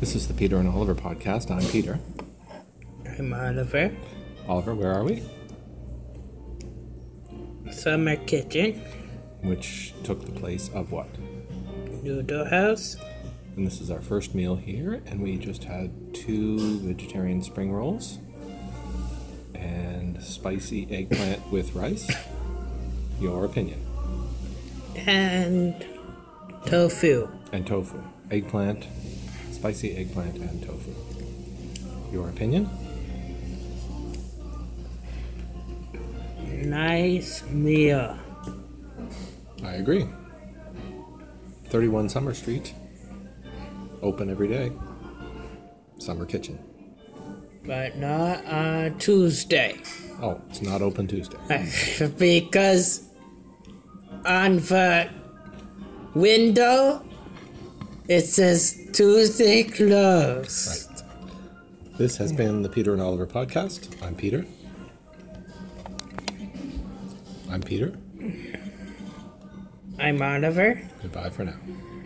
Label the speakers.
Speaker 1: This is the Peter and Oliver podcast. I'm Peter.
Speaker 2: I'm Oliver.
Speaker 1: Oliver, where are we?
Speaker 2: Summer Kitchen,
Speaker 1: Which took the place of what?
Speaker 2: Noodle House,
Speaker 1: And this is our first meal here, and we just had two vegetarian spring rolls and spicy eggplant with rice. Your opinion.
Speaker 2: and tofu.
Speaker 1: And tofu. Eggplant, spicy eggplant, and tofu. Your opinion?
Speaker 2: Nice meal.
Speaker 1: I agree. 31 Summer Street. Open every day. Summer kitchen.
Speaker 2: But not on Tuesday.
Speaker 1: Oh, it's not open Tuesday.
Speaker 2: because on the window it says Tuesday closed.
Speaker 1: This has been the Peter and Oliver podcast. I'm Peter. I'm Peter.
Speaker 2: I'm Oliver.
Speaker 1: Goodbye for now.